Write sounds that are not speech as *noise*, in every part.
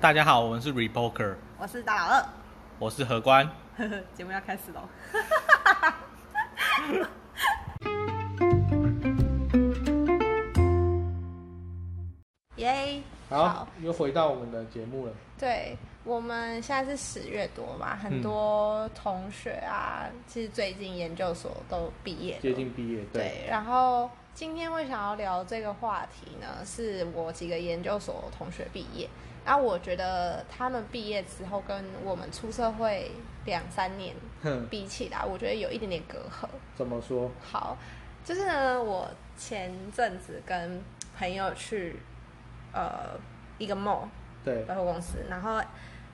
大家好，我们是 Repoker，我是大老二我是何官。呵呵， *laughs* 节目要开始喽。耶！好好，又回到我们的节目了。对，我们现在是十月多嘛，很多同学啊，其实最近研究所都毕业了，接近毕业，对，对。然后今天会想要聊这个话题呢，是我几个研究所同学毕业，然后我觉得他们毕业之后跟我们出社会两三年哼，比起来，我觉得有一点点隔阂。怎么说？好，就是呢，我前阵子跟朋友去呃一个 mall。对，百货公司，然后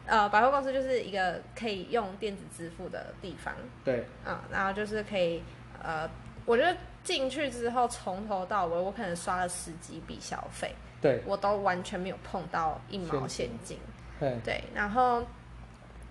呃，百货公司就是一个可以用电子支付的地方，对，嗯，然后就是可以呃，我觉得进去之后从头到尾，我可能刷了十几笔消费，对，我都完全没有碰到一毛现金，哎，对，然后。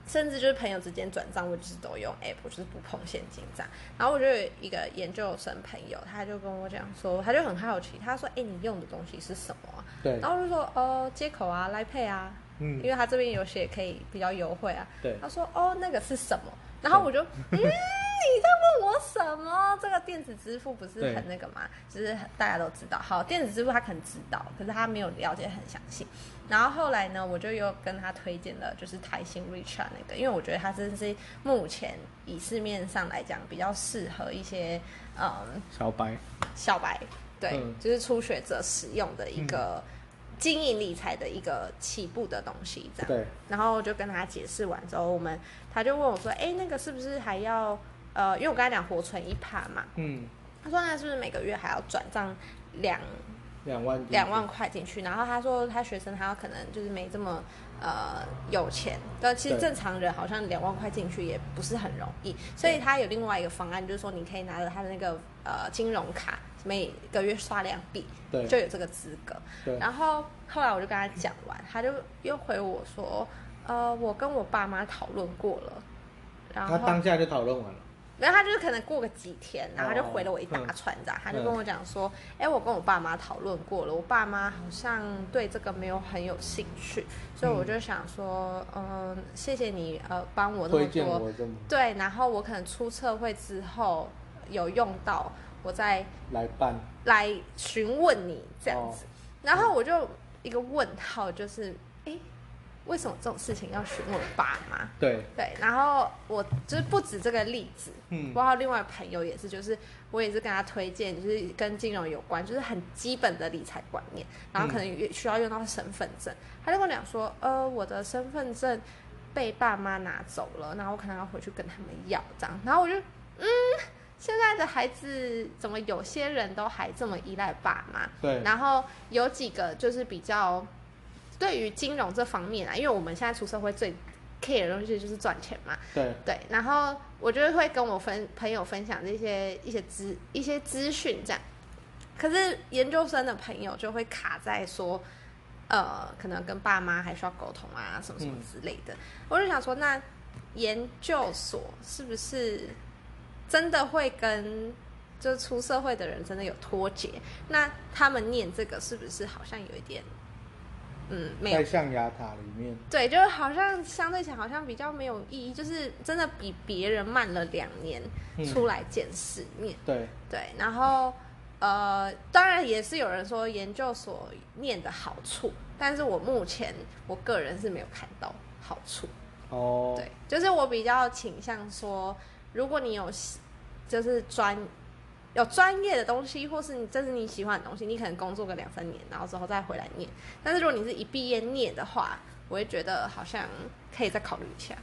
甚至就是朋友之间转账，我就是都用 app，我就是不碰现金这样。然后我就有一个研究生朋友，他就跟我讲说，他就很好奇，他说：“哎、你用的东西是什么啊、对然，后我就说：“哦，接口啊，来配啊，嗯因，为他这边有写可以比较优惠啊。对他说哦那个是什么？然后我就嗯你在问我什么？这个电子支付不是对很那个嘛，就是很大家都知道。好，电子支付他可能知道，可是他没有了解很详细。然后后来呢，我就又跟他推荐了就是台新 Richard 那个，因为我觉得它真是目前以市面上来讲比较适合一些嗯小白，小白，对，嗯就是初学者使用的一个经营理财的一个起步的东西，这样。对，然后我就跟他解释完之后，我们他就问我说：“哎，那个是不是还要呃，因为我跟他讲活存一趴嘛，嗯，他说那是不是每个月还要转账两两万进去，两万块进去，然后他说他学生他可能就是没这么呃有钱，但其实对正常人好像两万块进去也不是很容易，所以他有另外一个方案，就是说你可以拿着他的那个呃金融卡，每个月刷两笔，对就有这个资格。对，然后后来我就跟他讲完，他就又回我说，呃，我跟我爸妈讨论过了，然后他当下就讨论完了，然后他就是可能过个几天，然后他就回了我一大哦串，这样、他嗯就跟我讲说：“哎、我跟我爸妈讨论过了，我爸妈好像对这个没有很有兴趣，所以我就想说，嗯，谢谢你呃帮我那么推荐多，我这么对，然后我可能出社会之后有用到，我再来办，来询问你这样子。哦然后我就一个问号，就是哎、为什么这种事情要询问爸妈？对，对，然后我就是不止这个例子，嗯我还有另外朋友也是，就是我也是跟他推荐，就是跟金融有关，就是很基本的理财观念，然后可能也需要用到身份证，他就跟我讲说，呃，我的身份证被爸妈拿走了，然后我可能要回去跟他们要这样，然后我就，嗯，现在的孩子怎么有些人都还这么依赖爸妈？对，然后有几个就是比较对于金融这方面啊，因为我们现在出社会最 care 的东西就是赚钱嘛，对，对。然后我就会跟我分朋友分享这些一些资一些资讯这样，可是研究生的朋友就会卡在说。呃，可能跟爸妈还需要沟通啊，什么什么嗯之类的。我就想说，那研究所是不是真的会跟就是出社会的人真的有脱节？那他们念这个是不是好像有一点，嗯，没有在象牙塔里面，对，就是好像相对起来好像比较没有意义，就是真的比别人慢了两年嗯出来见世面。对，对，然后呃，当然也是有人说研究所念的好处，但是我目前我个人是没有看到好处。哦，对，就是我比较倾向说，如果你有喜就是专有专业的东西，或是你这是你喜欢的东西，你可能工作个两三年，然后之后再回来念。但是如果你是一毕业念的话，我会觉得好像可以再考虑一下，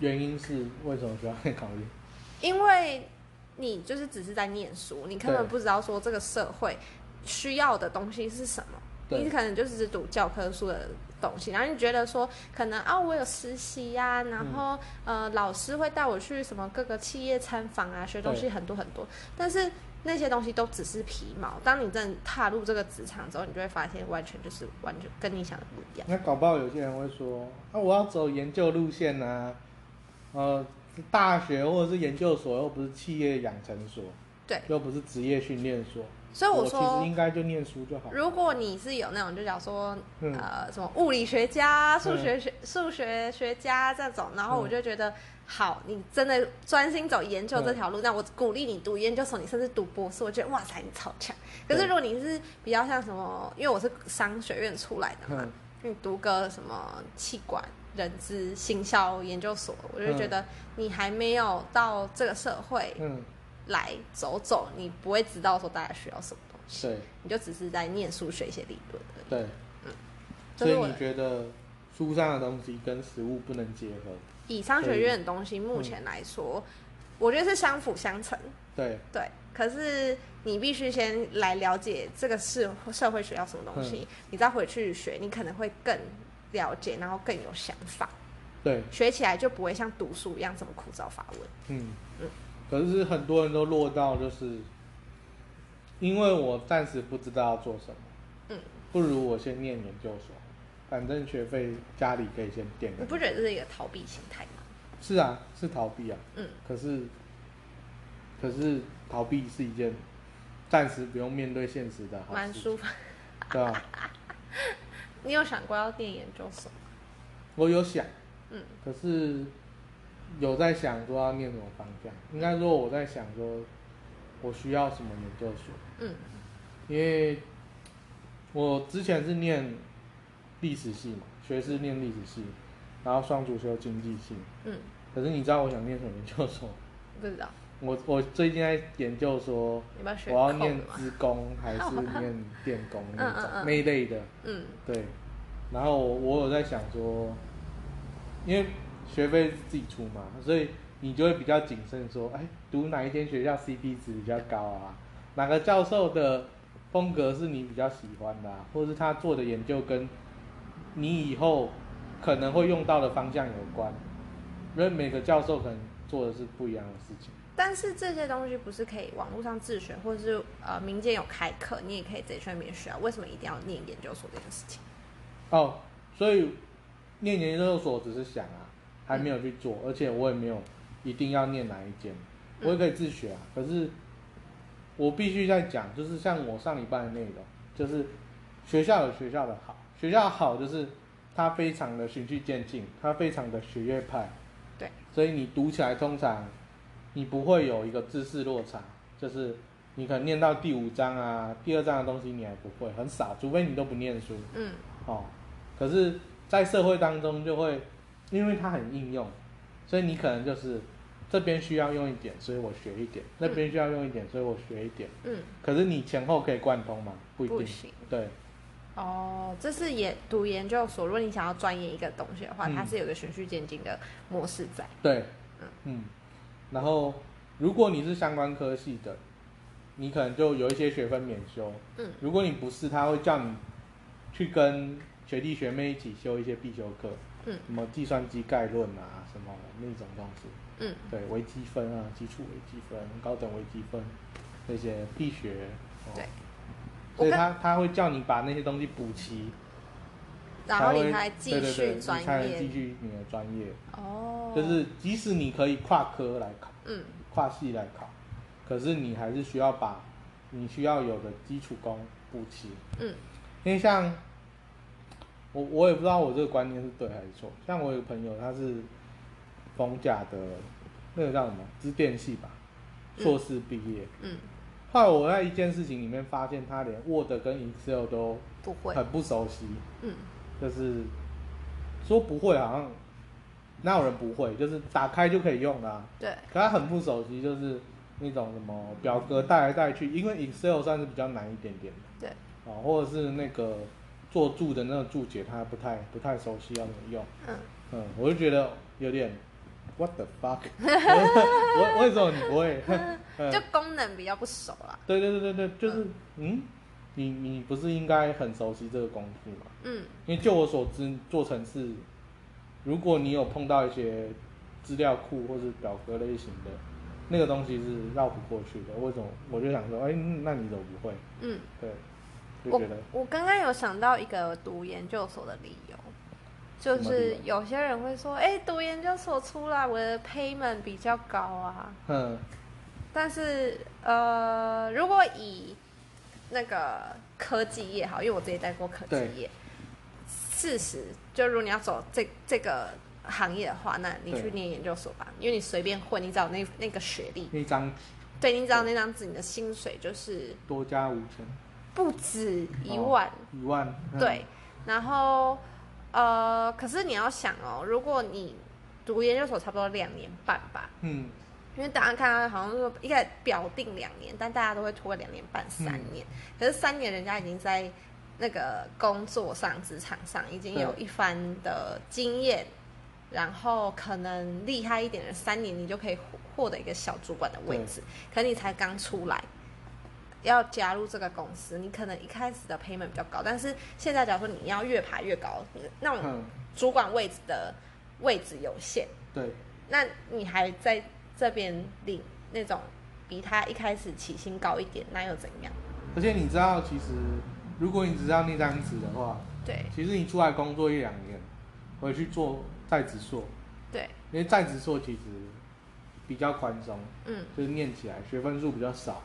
原因是为什么需要考虑？因为你就是只是在念书，你根本对不知道说这个社会需要的东西是什么。你对，可能就只是读教科书的东西，然后你觉得说可能啊，我有实习呀、然后、嗯呃，老师会带我去什么各个企业参访啊，学东西对很多很多，但是那些东西都只是皮毛。当你真的踏入这个职场之后，你就会发现完全就是完全跟你想的不一样。那搞不好有些人会说，啊，我要走研究路线啊，呃，大学或者是研究所又不是企业养成所，对又不是职业训练所，所以我其说实应该就念书就好了。如果你是有那种，就假如说、嗯呃什么物理学家、数学学、数学学家这种，然后嗯我就觉得、好，你真的专心走研究这条路，那我鼓励你读研究所，你甚至读博士，我觉得哇塞，你超强。可是对如果你是比较像什么，因为我是商学院出来的嘛，嗯你读个什么气管。人资行销研究所，我就觉得你还没有到这个社会嗯，来走走，你不会知道说大家需要什么东西。对你就只是在念书学一些理论而已。对，这所是以我你的觉得书上的东西跟实物不能结合？以商学院的东西，嗯目前来说，我觉得是相辅相成。对，对，可是你必须先来了解这个社社会学要什么东嗯西，你再回去学，你可能会更了解，然后更有想法，对，学起来就不会像读书一样这么枯燥乏味。嗯嗯，可是很多人都落到就是，因为我暂时不知道要做什么，嗯，不如我先念研究所，反正学费家里可以先垫你着。不觉得这是一个逃避心态吗？是啊，是逃避啊，嗯，可是，可是逃避是一件暂时不用面对现实的好蛮事情，舒服。对吧？ *laughs* 你有想过要念研究所？我有想，嗯，可是有在想说要念什么方向，应该说我在想说，我需要什么研究所，嗯因为我之前是念历史系嘛，学士念历史系，然后双主修经济系，嗯，可是你知道我想念什么研究所 *laughs* 吗？不知道，我我最近在研究说，你要学我扣要念的吗？资工还是念电工那种 *laughs* 嗯嗯嗯那一类的，嗯对。然后我我有在想说，因为学费是自己出嘛，所以你就会比较谨慎说，哎，读哪一间学校 CP 值比较高啊？哪个教授的风格是你比较喜欢的、啊，或是他做的研究跟你以后可能会用到的方向有关？因为每个教授可能做的是不一样的事情。但是这些东西不是可以网络上自学，或者是呃民间有开课，你也可以自己去那边学啊。为什么一定要念研究所这件事情？哦，所以念研究所只是想啊，还没有去做，而且我也没有一定要念哪一间，我也可以自学啊。可是我必须在讲，就是像我上礼拜的内容，就是学校有学校的好，学校好就是它非常的循序渐进，它非常的学院派，对，所以你读起来通常你不会有一个知识落差，就是你可能念到第五章啊、第二章的东西你还不会，很少，除非你都不念书。嗯哦，可是，在社会当中就会，因为它很应用，所以你可能就是这边需要用一点，所以我学一点；那边需要用一点，所以我学一点。嗯，可是你前后可以贯通吗？不一定。不行对哦，这是也读研究所，如果你想要钻研一个东西的话，嗯它是有个循序渐进的模式在。对，嗯。然后，如果你是相关科系的，你可能就有一些学分免修。嗯如果你不是，他会叫你去跟学弟学妹一起修一些必修课，嗯什么计算机概论啊，什么那种东西。嗯对微积分啊，基础微积分、高等微积分那些必学。哦、对，所我以跟他他会叫你把那些东西补齐，然后才你会才继对对对续你钻才能继研。续你的专业。哦，就是即使你可以跨科来考、嗯跨系来考，可是你还是需要把你需要有的基础功补齐。嗯因为像我，我也不知道我这个观念是对还是错。像我有个朋友，他是逢甲的那个叫什么资电系吧，硕士毕业。嗯，后来我在一件事情里面发现，他连 Word 跟 Excel 都不会。很不熟悉，嗯就是说不会，好像哪有人不会？就是打开就可以用啦、啊对，可他很不熟悉，就是那种什么表格带来带去，因为 Excel 算是比较难一点点的。对。哦，或者是那个做注的那个注解，他不太不太熟悉要怎么用。嗯嗯，我就觉得有点 what the fuck，我我为什么你不会？ *laughs* 就嗯，功能比较不熟啦。对对对对对，就是嗯，你你不是应该很熟悉这个工具吗？嗯因为就我所知，做程式，如果你有碰到一些资料库或是表格类型的，那个东西是绕不过去的。为什么？我就想说，哎、那你怎么不会？嗯，对，就我觉得我刚刚有想到一个读研究所的理由，就什么理是由有些人会说，哎、读研究所出来我的 payment 比较高啊。嗯但是呃，如果以那个科技业好，因为我自己待过科技对业，事实就如果你要走这这个行业的话，那你对去念研究所吧，因为你随便混，你只要有那那个学历，那张对，你只要那张纸，你的薪水就是多加五千不止一哦万，一万，嗯对，，然后呃，可是你要想哦，如果你读研究所差不多两年半吧，嗯，因为大家看到好像说一开始表定两年，但大家都会拖两年半、三年。嗯可是三年人家已经在那个工作上、职场上已经有对一番的经验，然后可能厉害一点的三年你就可以获获得一个小主管的位置，可你才刚出来。要加入这个公司，你可能一开始的 payment 比较高，但是现在假如说你要越爬越高，那种嗯，主管位置的位置有限，对，那你还在这边领那种比他一开始起薪高一点，那又怎样？而且你知道，其实如果你只知道那张纸的话，对其实你出来工作一两年，回去做在职硕，对，因为在职硕其实比较宽松，嗯就是念起来学分数比较少，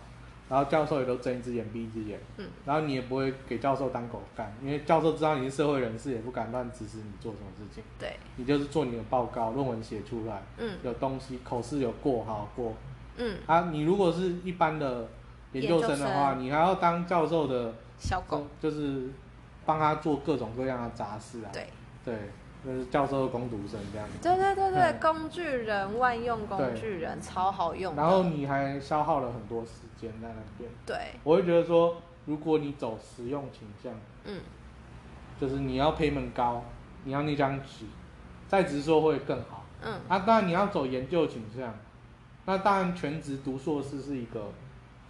然后教授也都睁一只眼闭一只眼，嗯，然后你也不会给教授当狗干，因为教授知道你是社会人士，也不敢乱指使你做什么事情，对，你就是做你的报告，论文写出来，嗯有东西口试有过好过嗯，啊。你如果是一般的研究生的研究话，你还要当教授的，小狗，就是帮他做各种各样的杂事啊，对对，就是教授的工读生这样子。对对对对嗯，工具人万用工具人超好用的，然后你还消耗了很多时间在那边。对，我会觉得说，如果你走实用倾向，嗯就是你要 payment 高，你要那张纸，在职硕会更好。嗯啊，当然你要走研究倾向，那当然全职读硕士是一个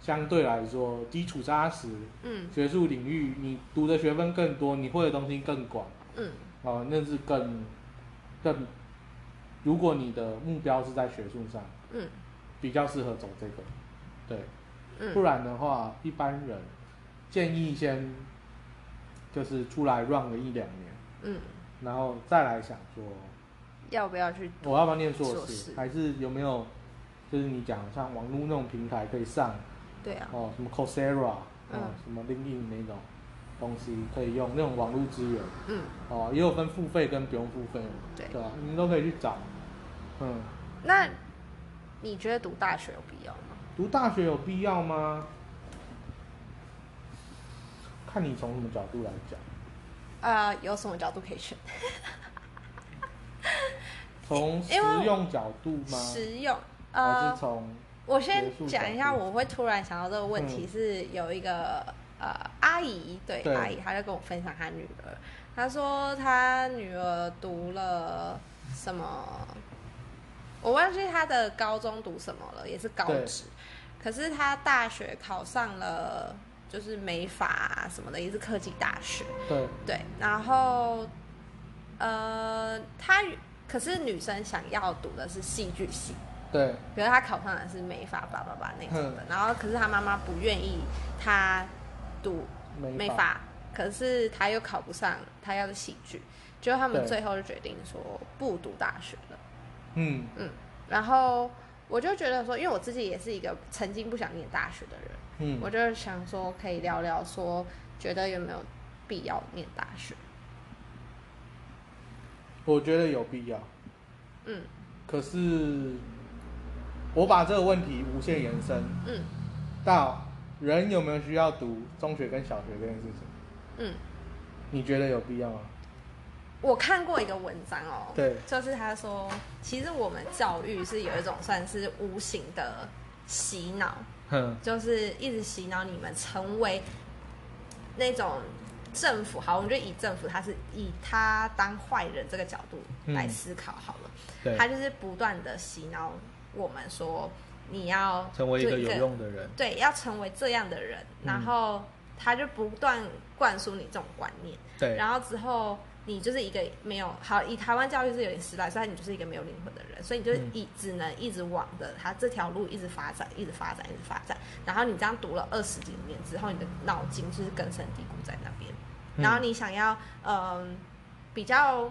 相对来说基础扎实，嗯学术领域你读的学分更多，你会的东西更广，嗯，哦、那是更更，如果你的目标是在学术上，嗯比较适合走这个，对。不嗯，然的话，一般人建议先就是出来 run 个一两年，嗯，然后再来想说要不要去？我要不要念硕士，硕士还是有没有就是你讲的像网络那种平台可以上对啊，哦，什么 Coursera 哦，嗯什么 LinkedIn 那种东西可以用那种网络资源嗯，哦，也有分付费跟不用付费，对对吧？你们都可以去找，嗯。那你觉得读大学有必要吗？读大学有必要吗？看你从什么角度来讲。啊，有什么角度可以选？从实因为用角度吗？实用，还呃是，从我先学术角讲一下，度我会突然想到这个问题嗯是有一个、呃阿姨，对对阿姨，她就跟我分享她女儿，她说她女儿读了什么，我忘记她的高中读什么了，也是高对职，可是她大学考上了就是美法、啊、什么的，也是科技大学，对对，然后呃，她可是女生想要读的是戏剧系。对可是他考上的是美法叭叭叭那嗯种的，然后可是他妈妈不愿意他读美没法法，可是他又考不上，他要是戏剧，结果他们对最后就决定说不读大学了。嗯然后我就觉得说，因为我自己也是一个曾经不想念大学的人，嗯我就想说可以聊聊说，觉得有没有必要念大学？我觉得有必要。嗯可是我把这个问题无限延伸嗯到人有没有需要读中学跟小学这件事情，嗯，你觉得有必要吗？我看过一个文章哦，对就是他说，其实我们教育是有一种算是无形的洗脑，哼，就是一直洗脑你们成为那种政府。好，我们就以政府他是以他当坏人这个角度来嗯思考好了，对，他就是不断的洗脑我们说你要成为一做个有用的人。对，要成为这样的人，然嗯后他就不断灌输你这种观念。对，然后之后你就是一个没有好，以台湾教育是有点失败，所以你就是一个没有灵魂的人，所以你就嗯一、只能一直往的他这条路一直发展，一直发展，一直发展。然后你这样读了二十几年之后，你的脑筋就是根深蒂固在那边。嗯然后你想要嗯、比较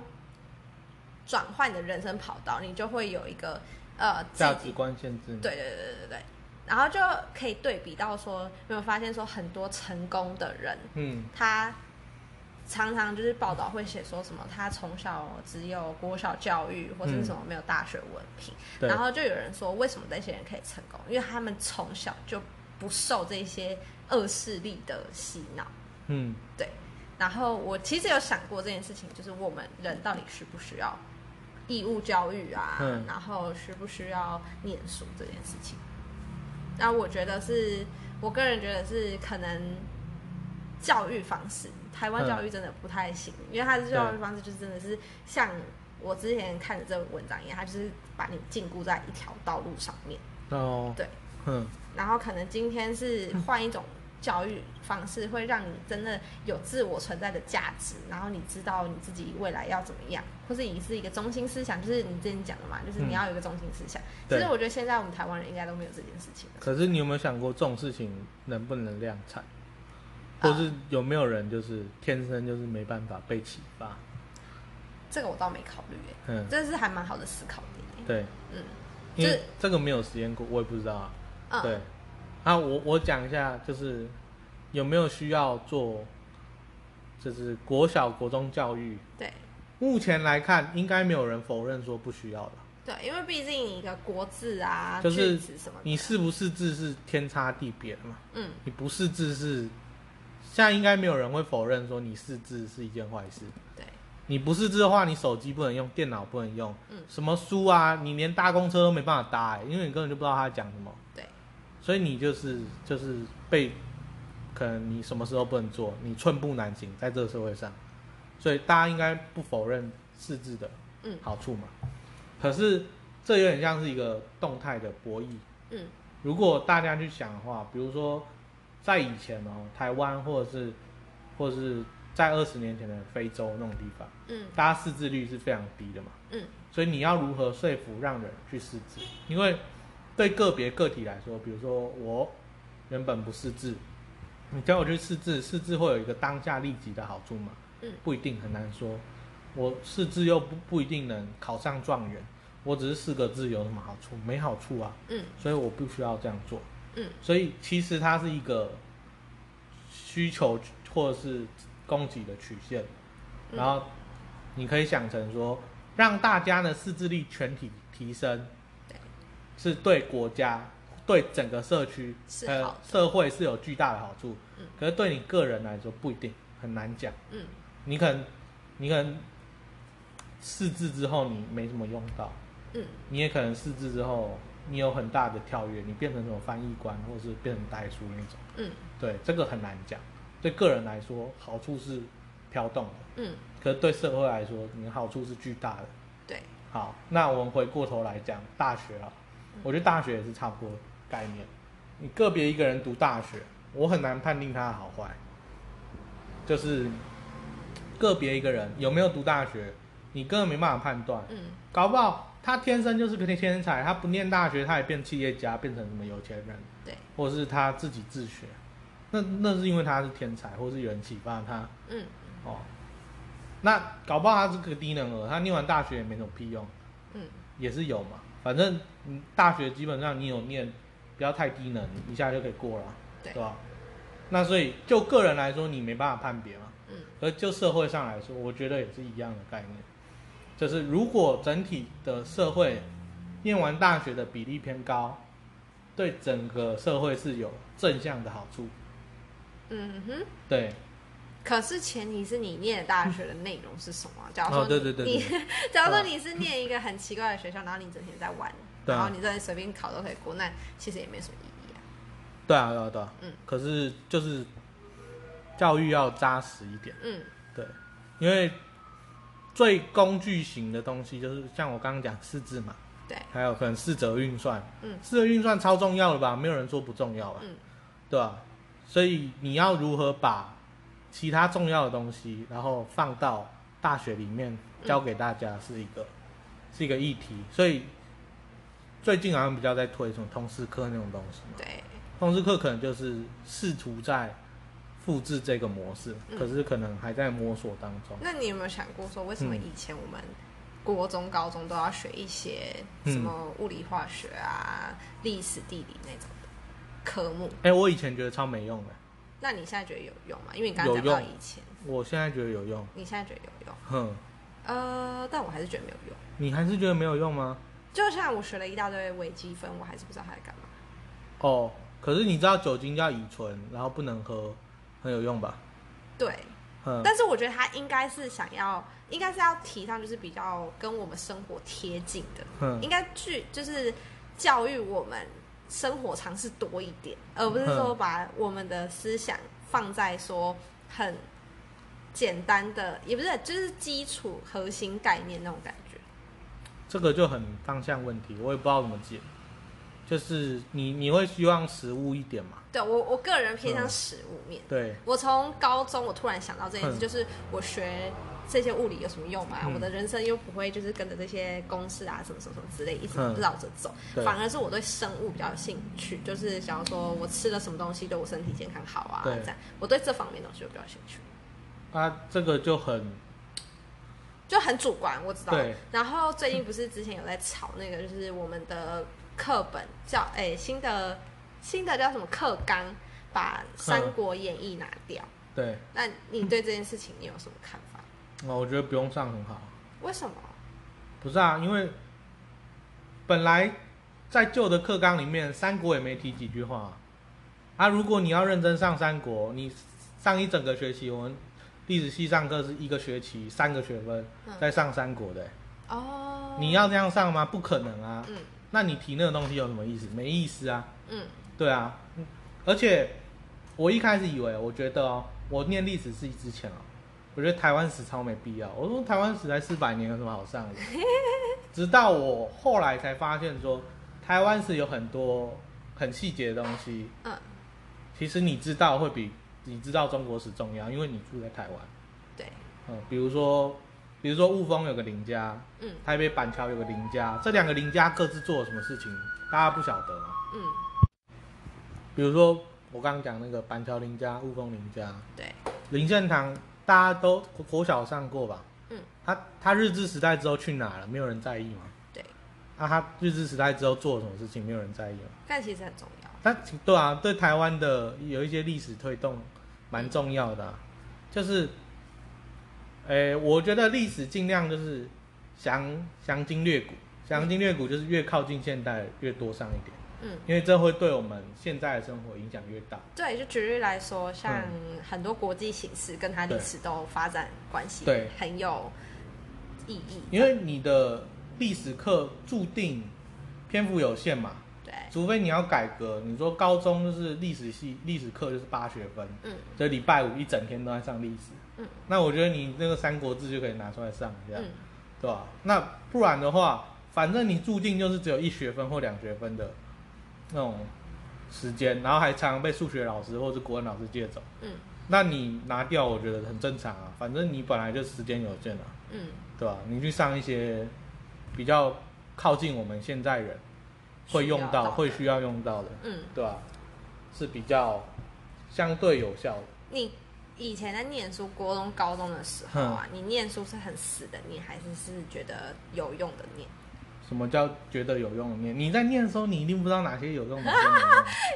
转换你的人生跑道，你就会有一个呃自价己值观限制你。对对对对对对。然后就可以对比到说，有没有发现说很多成功的人，嗯他常常就是报道会写说什么他从小只有国小教育或是什么没有大学文凭，对然后就有人说为什么那些人可以成功，因为他们从小就不受这些恶势力的洗脑。嗯，对，然后我其实有想过这件事情，就是我们人到底需不需要义务教育啊，嗯然后需不需要念书这件事情。那我觉得是，我个人觉得是可能教育方式，台湾嗯教育真的不太行，因为它的教育方式就是真的是像我之前看的这个文章一样，它就是把你禁锢在一条道路上面。哦，对，嗯然后可能今天是换一种教育方式，会让你真的有自我存在的价值，然后你知道你自己未来要怎么样，或是你是一个中心思想，就是你之前讲的嘛，就是你要有一个中心思想。嗯对其实我觉得现在我们台湾人应该都没有这件事情了。可是你有没有想过这种事情能不能量产，啊或是有没有人就是天生就是没办法被启发？这个我倒没考虑、欸，嗯，这是还蛮好的思考点、欸。对，嗯，因就是为这个没有实验过，我也不知道啊。嗯，对，啊，我我讲一下，就是有没有需要做，就是国小国中教育，对目前来看应该没有人否认说不需要了。对，因为毕竟你的国字啊、就是句子什么的，你是不是字是天差地别的嘛？嗯你不是字是，现在应该没有人会否认说你是字是一件坏事。对你不是字的话，你手机不能用，电脑不能用，嗯什么书啊，你连搭公车都没办法搭、欸，因为你根本就不知道他在讲什么。对所以你就是就是被，可能你什么时候不能做，你寸步难行在这个社会上，所以大家应该不否认识字的嗯好处嘛。可是这有点像是一个动态的博弈。嗯如果大家去想的话，比如说在以前哦，台湾或者是或者是在二十年前的非洲那种地方，嗯大家识字率是非常低的嘛。嗯所以你要如何说服让人去识字？因为对个别个体来说，比如说我原本不识字，你叫我去识字，识字会有一个当下立即的好处嘛？嗯不一定很难说。我识字又不不一定能考上状元，我只是四个字有什么好处？没好处啊，嗯所以我不需要这样做。嗯，所以其实它是一个需求或者是供给的曲线，嗯然后你可以想成说，让大家的识字力全体提升对，是对国家、对整个社区、是好呃的社会是有巨大的好处嗯。可是对你个人来说不一定，很难讲。嗯你可能你可能识字之后你没什么用到，嗯你也可能识字之后，你有很大的跳跃，你变成什么翻译官，或者是变成代书那种。嗯对，这个很难讲。对个人来说，好处是飘动的，嗯，可是对社会来说，你的好处是巨大的。对，好，那我们回过头来讲大学啊， *laughs* 我觉得大学也是差不多概念。你个别一个人读大学，我很难判定他的好坏，就是个别一个人有没有读大学，你根本没办法判断。嗯搞不好他天生就是个天才，他不念大学，他也变企业家，变成什么有钱人，对，或者是他自己自学，那那是因为他是天才，或是有人启发他嗯哦。那搞不好他是个低能儿，他念完大学也没什么屁用，嗯也是有嘛。反正你大学基本上你有念，不要太低能，一下就可以过了，对吧？那所以就个人来说，你没办法判别嘛。嗯而就社会上来说，我觉得也是一样的概念，就是如果整体的社会念完大学的比例偏高，对整个社会是有正向的好处。嗯哼。对，可是前提是你念的大学的内容是什么啊？假如说哦你、对对对对你，假如说你是念一个很奇怪的学校，然后你整天在玩，对啊然后你在随便考都可以过，那其实也没什么意义啊。对啊，对啊，对啊。嗯。可是就是教育要扎实一点，嗯对，因为最工具型的东西就是像我刚刚讲四字嘛，对，还有可能四则运算，嗯四则运算超重要的吧？没有人说不重要吧？嗯对啊，所以你要如何把其他重要的东西，然后放到大学里面嗯教给大家，是一个、是一个议题。所以最近好像比较在推什么通识课那种东西嘛，对，通识课可能就是试图在复制这个模式，嗯可是可能还在摸索当中。那你有没有想过说，为什么嗯以前我们国中、高中都要学一些什么物理、化学啊、历史、地理那种的？科目。哎、我以前觉得超没用的，那你现在觉得有用吗？因为你刚刚有讲到用以前，我现在觉得有用。你现在觉得有用，哼，呃，但我还是觉得没有用。你还是觉得没有用吗？就像我学了一大堆微积分，我还是不知道它在干嘛。哦，可是你知道酒精要乙醇，然后不能喝，很有用吧？对，嗯，但是我觉得它应该是想要，应该是要提倡就是比较跟我们生活贴近的，嗯应该去就是教育我们生活常识多一点，而不是说嗯把我们的思想放在说很简单的，也不是就是基础核心概念那种感觉。这个就很方向问题，我也不知道怎么解。就是你你会希望食物一点嘛？对我我个人偏向嗯食物面，对，我从高中我突然想到这件事，嗯就是我学这些物理有什么用嘛？嗯我的人生又不会就是跟着这些公式啊什么什么什么之类一直嗯绕着走，对反而是我对生物比较有兴趣，就是想要说我吃了什么东西对我身体健康好啊，对这样我对这方面的东西我比较有兴趣，啊，这个就很就很主观，我知道对。然后最近不是之前有在炒那个，就是我们的课本叫诶、新的新的叫什么课纲，把《三嗯国演义》拿掉。对，那你对这件事情你有什么看法？哦，我觉得不用上很好。为什么？不是啊，因为本来在旧的课纲里面，三国也没提几句话啊。啊如果你要认真上三国，你上一整个学期，我们历史系上课是一个学期三个学分，嗯再上三国的欸、哦，你要这样上吗？不可能啊！嗯那你提那个东西有什么意思？没意思啊！嗯对啊，嗯而且我一开始以为，我觉得哦，我念历史系之前哦，我觉得台湾史超没必要。我说台湾史才四百年，有什么好上的？直到我后来才发现说，台湾史有很多很细节的东西，嗯，其实你知道会比你知道中国史重要，因为你住在台湾。对，嗯，比如说，比如说雾峰有个林家，嗯台北板桥有个林家，这两个林家各自做了什么事情，大家不晓得吗？嗯比如说我刚刚讲那个板桥林家、雾峰林家、对，林献堂，大家都国国小上过吧？嗯，他他日治时代之后去哪了？没有人在意吗？对，啊，他日治时代之后做了什么事情，没有人在意吗？但其实很重要。但对啊，对台湾的有一些历史推动蛮重要的啊、就是，诶，我觉得历史尽量就是详详经略古，详经略古就是越靠近现代越多上一点，嗯，因为这会对我们现在的生活影响越大。对，就举例来说，像嗯很多国际形势跟它历史都发展关系，对很有意义。因为你的历史课注定篇幅有限嘛，对，除非你要改革。你说高中就是历史系历史课就是八学分，嗯所以礼拜五一整天都在上历史。嗯那我觉得你那个《三国志》就可以拿出来上一下，嗯，对吧？那不然的话，反正你注定就是只有一学分或两学分的那种时间，然后还常常被数学老师或是国文老师借走。嗯那你拿掉，我觉得很正常啊，反正你本来就时间有限啊，嗯，对吧？你去上一些比较靠近我们现在人会用需要到、的会需要用到的，嗯，对吧？是比较相对有效的。你以前在念书，国中、高中的时候啊，你念书是很死的念，还是是觉得有用的念？什么叫觉得有用的念？你在念的时候，你一定不知道哪些有用，哪些 *laughs* 没用。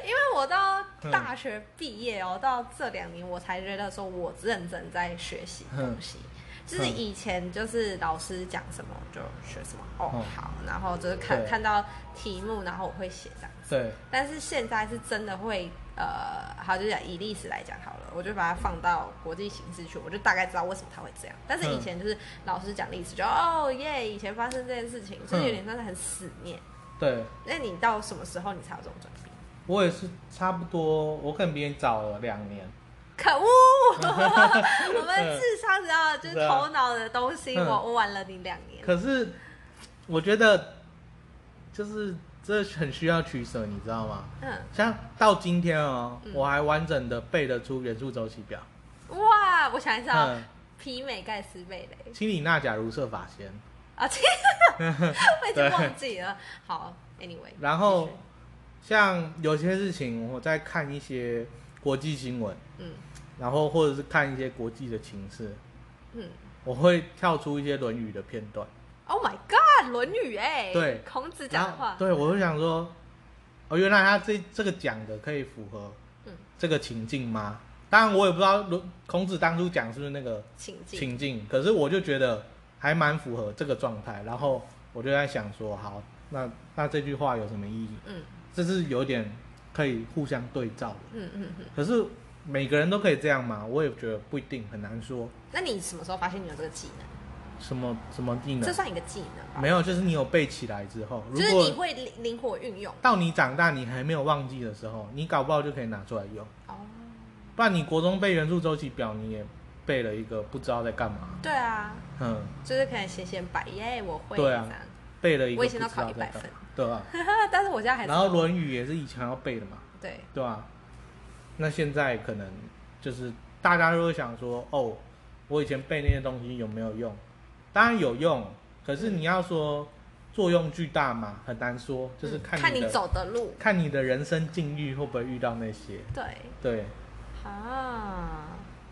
因为我到嗯大学毕业哦，到这两年我才觉得说我认真在学习嗯东西。就是以前就是老师讲什么就学什么哦嗯好，然后就是看对看到题目，然后我会写这样。对，但是现在是真的会呃，好就讲以历史来讲好了，我就把它放到国际形势去，我就大概知道为什么它会这样。但嗯是以前就是老师讲历史就哦耶，以前发生这件事情，就是有嗯点像是很死念。对那你到什么时候你才有这种转变？我也是差不多，我可能比你早了两年。可 *laughs* 恶！我们智商只要就是头脑的东西，嗯我我晚了你两年。可是我觉得，就是这很需要取舍，你知道吗？嗯，像到今天哦，嗯我还完整的背得出元素周期表，哇，我想一下哦嗯，皮美盖斯贝雷氢锂钠钾如射法先，啊， *laughs* 天啊我已经忘记了。好，anyway，然后像有些事情，我在看一些国际新闻，嗯然后或者是看一些国际的情势，嗯我会跳出一些《论语》的片段， ，Oh my God，《论语》哎，对孔子然讲后话，对我就想说，哦，原来他这这个讲的可以符合嗯这个情境吗？当然我也不知道如孔子当初讲是不是那个情境，情境，可是我就觉得还蛮符合这个状态。然后我就在想说，好，那那这句话有什么意义？嗯这是有点可以互相对照的。嗯嗯嗯。可是每个人都可以这样吗？我也觉得不一定，很难说。那你什么时候发现你有这个技能？什么什么技这能？算一个技能吧？没有，就是你有背起来之后，如就是你果会灵灵活运用到你长大你还没有忘记的时候，你搞不好就可以拿出来用。哦。不然你国中背元素周期表，你也背了一个不知道在干嘛。对啊，嗯，就是可能写写百耶，我会对这啊样。背了一个我不以知前道都考在干100嘛分，对吧、但是我现 *laughs* 在还是然后《论语》也是以前要背的嘛，对对吧、那现在可能就是大家都会想说，哦，我以前背那些东西有没有用？当然有用，可是你要说作用巨大嘛，很难说，就是嗯看看你的、走的路，看你的人生境遇会不会遇到那些。对对，啊，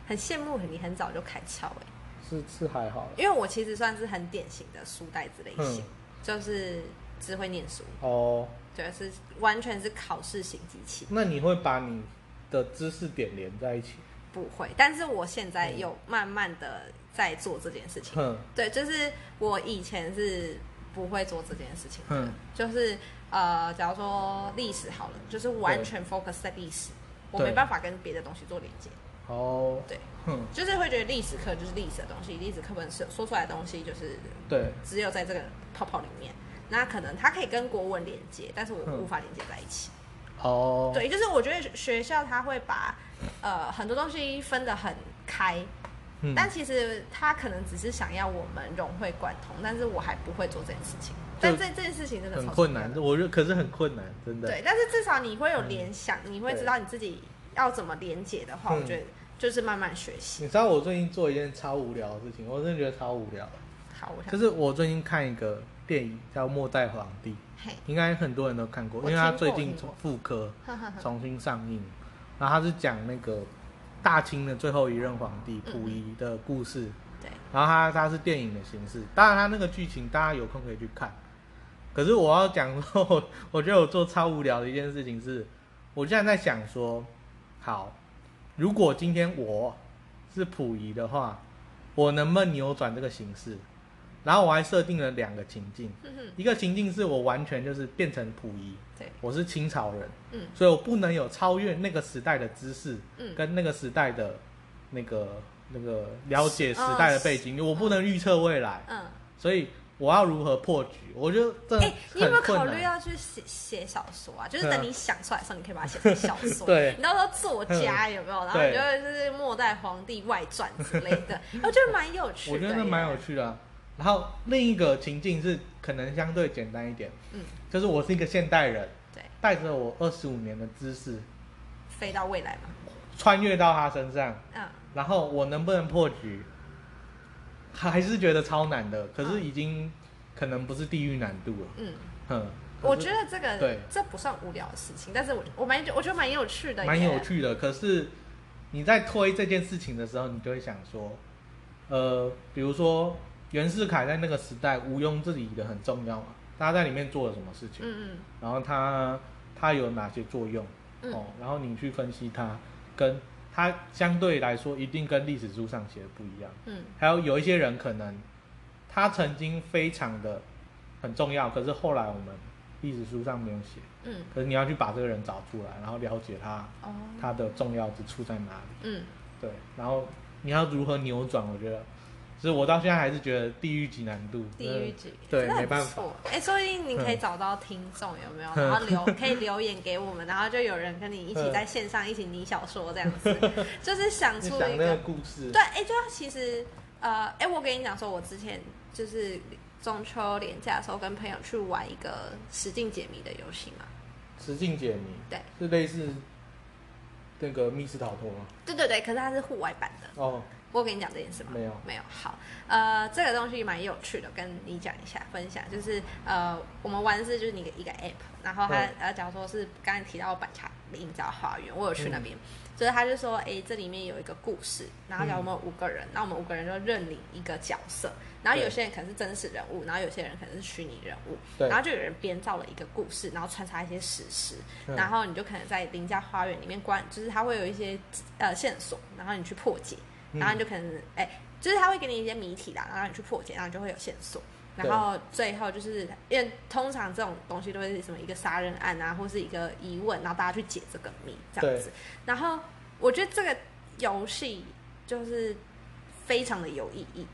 很羡慕你很早就开窍哎、是是还好啦因为我其实算是很典型的书呆子类型，嗯就是只会念书，哦。对，是完全是考试型机器，那你会把你的知识点连在一起？不会。但是我现在有嗯慢慢的在做这件事情，哼对，就是我以前是不会做这件事情的，哼，就是呃，假如说历史好了，就是完全 focus 在历史，我没对办法跟别的东西做连接，哦，对，哼，就是会觉得历史课就是历史的东西，历史课本是说出来的东西就是对，只有在这个泡泡里面。那可能它可以跟国文连接，但是我嗯无法连接在一起。哦，对，就是我觉得学校它会把呃很多东西分得很开，嗯，但其实他可能只是想要我们融会贯通，但是我还不会做这件事情。但这这件事情真的很超困级难，我觉得可是很困难，真的。嗯对，但是至少你会有联想，你会对知道你自己要怎么连接的话，嗯我觉得就是慢慢学习。你知道我最近做一件超无聊的事情，我真的觉得超无聊。好，我想就是我最近看一个电影叫《末代皇帝》，嘿，应该很多人都看过，因我为它听最过听近过嗯复刻哈哈哈，重新上映。然后它是讲那个大清的最后一任皇帝嗯溥仪的故事。对，然后它它是电影的形式，当然它那个剧情大家有空可以去看。可是我要讲说，我 *laughs* 我觉得我做超无聊的一件事情是，我现在在想说，好，如果今天我是溥仪的话，我能不能扭转这个形式？然后我还设定了两个情境，嗯哼，一个情境是我完全就是变成溥仪，对，我是清朝人，嗯所以我不能有超越那个时代的知识，嗯跟那个时代的那个那个了解时代的背哦景，我不能预测未来，嗯，所以我要如何破局？我觉得这哎、你有没有考很困虑难。要去写写小说啊？就是对啊等你想出来的时候，你可以把它写成小 *laughs* 说。对嗯你到时候作家有没有？然后对你就会就是《末代皇帝外传》之类 *laughs* 的，哎我觉得蛮有趣的。我觉得蛮有。趣的啊。然后另一个情境是可能相对简单一点，嗯，就是我是一个现代人，对，带着我二十五年的知识，飞到未来嘛。穿越到他身上，嗯，然后我能不能破局，还是觉得超难的。可是已经可能不是地狱难度了，嗯，嗯，我可是觉得这个对这不算无聊的事情，但是我我蛮我觉得蛮有趣的，蛮有。趣的。可是你在推这件事情的时候，你就会想说，呃，比如说袁世凯在那个时代，毋庸置疑的很重要嘛，他在里面做了什么事情，嗯嗯然后他他有哪些作用，嗯哦，然后你去分析它，跟它相对来说一定跟历史书上写的不一样。嗯还有有一些人可能他曾经非常的很重要，可是后来我们历史书上没有写，嗯，可是你要去把这个人找出来，然后了解他哦，他的重要之处在哪里，嗯，对，然后你要如何扭转，我觉得，所以我到现在还是觉得地狱级难度，地狱级，嗯对真的很没办不错。哎，说不定你可以找到听众有没有？嗯然后留可以留言给我们，然后就有人跟你一起在线上一起拟小说这样子， *laughs* 就是想真的出你一想那个个故事，对，哎，就其实呃，哎，我跟你讲说，我之前就是中秋连假的时候跟朋友去玩一个实境解谜的游戏嘛，实境解谜，对，是类似那个密室逃脱吗？对对对，可是它是户外版的。哦，我跟你讲这件事吗？没有没有。好，呃，这个东西蛮有趣的，跟你讲一下，分享就是呃，我们玩的是就是你一个 app，然后它嗯呃，假如说是刚才提到板桥林沼花园，我有去那嗯边，就是他就说，哎，这里面有一个故事，然后假如我们有五个人，那、我们五个人就认领一个角色，然后有对些人可能是真实人物，然后有些人可能是虚拟人物，对然后就有人编造了一个故事，然后穿插一些史实，嗯然后你就可能在林家花园里面关，就是它会有一些呃线索，然后你去破解，嗯然后你就可能哎、就是它会给你一些谜题啦，然后你去破解，然后你就会有线索。然后最后就是，因为通常这种东西都会是什么一个杀人案啊，或是一个疑问，然后大家去解这个谜这样子。然后我觉得这个游戏就是非常的有意义，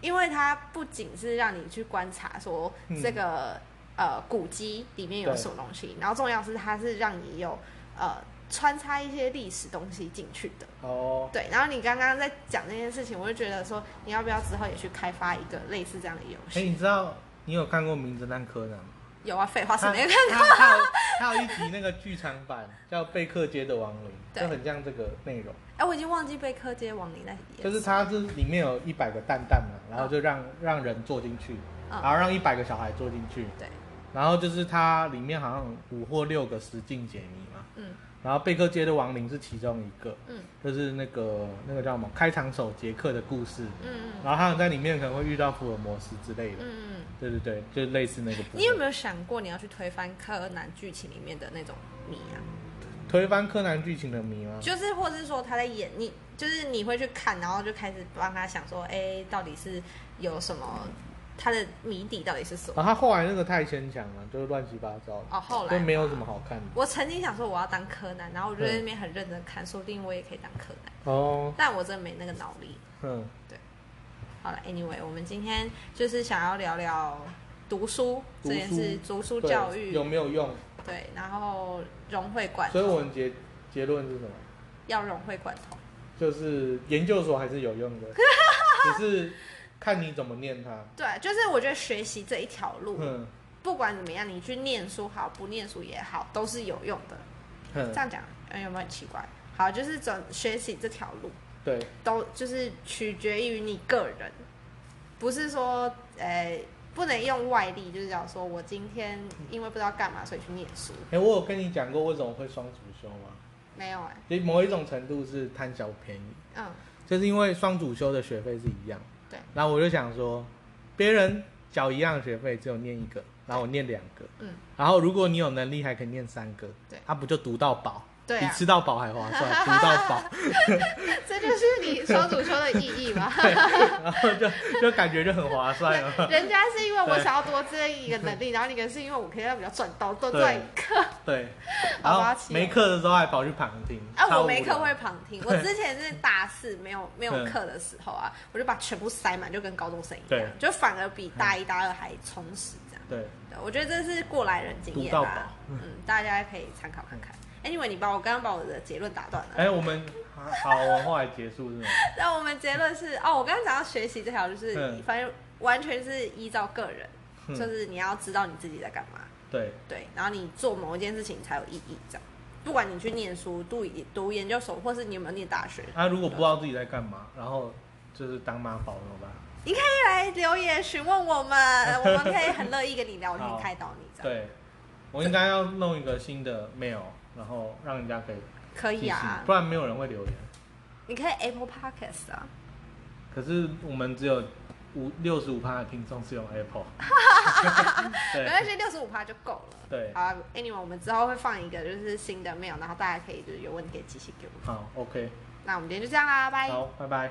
因为它不仅是让你去观察说嗯这个、呃古迹里面有对什么东西，然后重要是它是让你有呃穿插一些历史东西进去的。哦，对，然后你刚刚在讲这件事情，我就觉得说，你要不要之后也去开发一个类似这样的游哎，戏？你知道你有看过《名侦探柯南》吗？有啊，废话是他没有看。他他有他有一集那个剧场版叫《贝克街的亡灵》，对就很像这个内容。哎，我已经忘记被柯街亡灵那集，就是它是里面有一百个蛋蛋嘛，然后就让让人坐进去，嗯然后让一百个小孩坐进去，对，然后就是它里面好像有五或六个实境解谜嘛，嗯然后贝克街的亡灵是其中一个，嗯就是那个那个叫什么开场手杰克的故事，嗯然后他们在里面可能会遇到福尔摩斯之类嗯的，嗯。对对对，就类似那个部分。你有没有想过你要去推翻柯南剧情里面的那种谜啊？推翻柯南剧情的谜吗？就是，或者是说他在演你，就是你会去看，然后就开始帮他想说，哎、到底是有什么，他的谜底到底是什么？然后他后来那个太牵强了，就是乱七八糟的，哦，后来就没有什么好看的。我曾经想说我要当柯南，然后我就在那边很认真看，说不定我也可以当柯南，哦，但我真的没那个脑力。嗯，好了，anyway，我们今天就是想要聊聊读书读这件书事，读书对教育有没有用？对，然后融会贯所以我通，们结结论是什么？要融会贯通。就是研究所还是有 *laughs* 用的，只是看你怎么念它。对，就是我觉得学习这一条路，嗯不管怎么样，你去念书好，不念书也好，都是有用的。这嗯，样讲，嗯，有没有很奇怪？好，就是走学习这条路，对，都就是取决于你个人，不是说呃不能用外力，就是讲说我今天因为不知道干嘛，所以去念书，哎、我有跟你讲过为什么会双主修吗？没有哎、其实某一种程度是贪小便宜，嗯，就是因为双主修的学费是一样。对。然后我就想说，别人缴一样的学费，只有念一个，然后我念两个。嗯。然后如果你有能力，还可以念三个。对他不就读到饱？对比啊，吃到饱还划算，读到饱。 *laughs* 这就是你双主修的意义 *laughs* 嘛。然后就就感觉就很划算啊了。人家是因为我对想要多这一个能力，然后你可能是因为我可以让比较赚到多赚一对个。 *laughs* 对，然好吧后气哦没课的时候还跑去旁听。啊，超我无没课聊会旁听，我之前是大四没 *laughs* 有没有课的时候啊，我就把全部塞满，就跟高中生一样，就反而嗯比大一大二还充实这样。对，对，我觉得这是过来人经验读到啦饱，嗯，大家可以参考看看。Anyway，你把我刚刚把我的结论打断了。哎，我们好，我们后来结束是吗？那我们结论是，哦，我刚刚讲到学习这条，就是、嗯反正完全是依照个人，嗯就是你要知道你自己在干嘛，对，对，然后你做某一件事情才有意义，这样。不管你去念书、读读研究所，或是你有没有念大学，他如果不知道自己在干嘛，然后就是当妈宝怎么办？你可以来留言询问我们，我们可以很乐意跟你 *laughs* 聊天，开导你这样。对，我应该要弄一个新的 mail，然后让人家可以可寄以信啊，不然没有人会留言。你可以 Apple Podcast 啊，可是我们只有五六十五趴的听众是用 *laughs* Apple，没对关系，六十五趴就够了。对好、啊、，Anyway，我们之后会放一个就是新的 mail，然后大家可以就是有问题可以寄信给我们。好，OK，那我们今天就这样啦，拜。好，拜拜。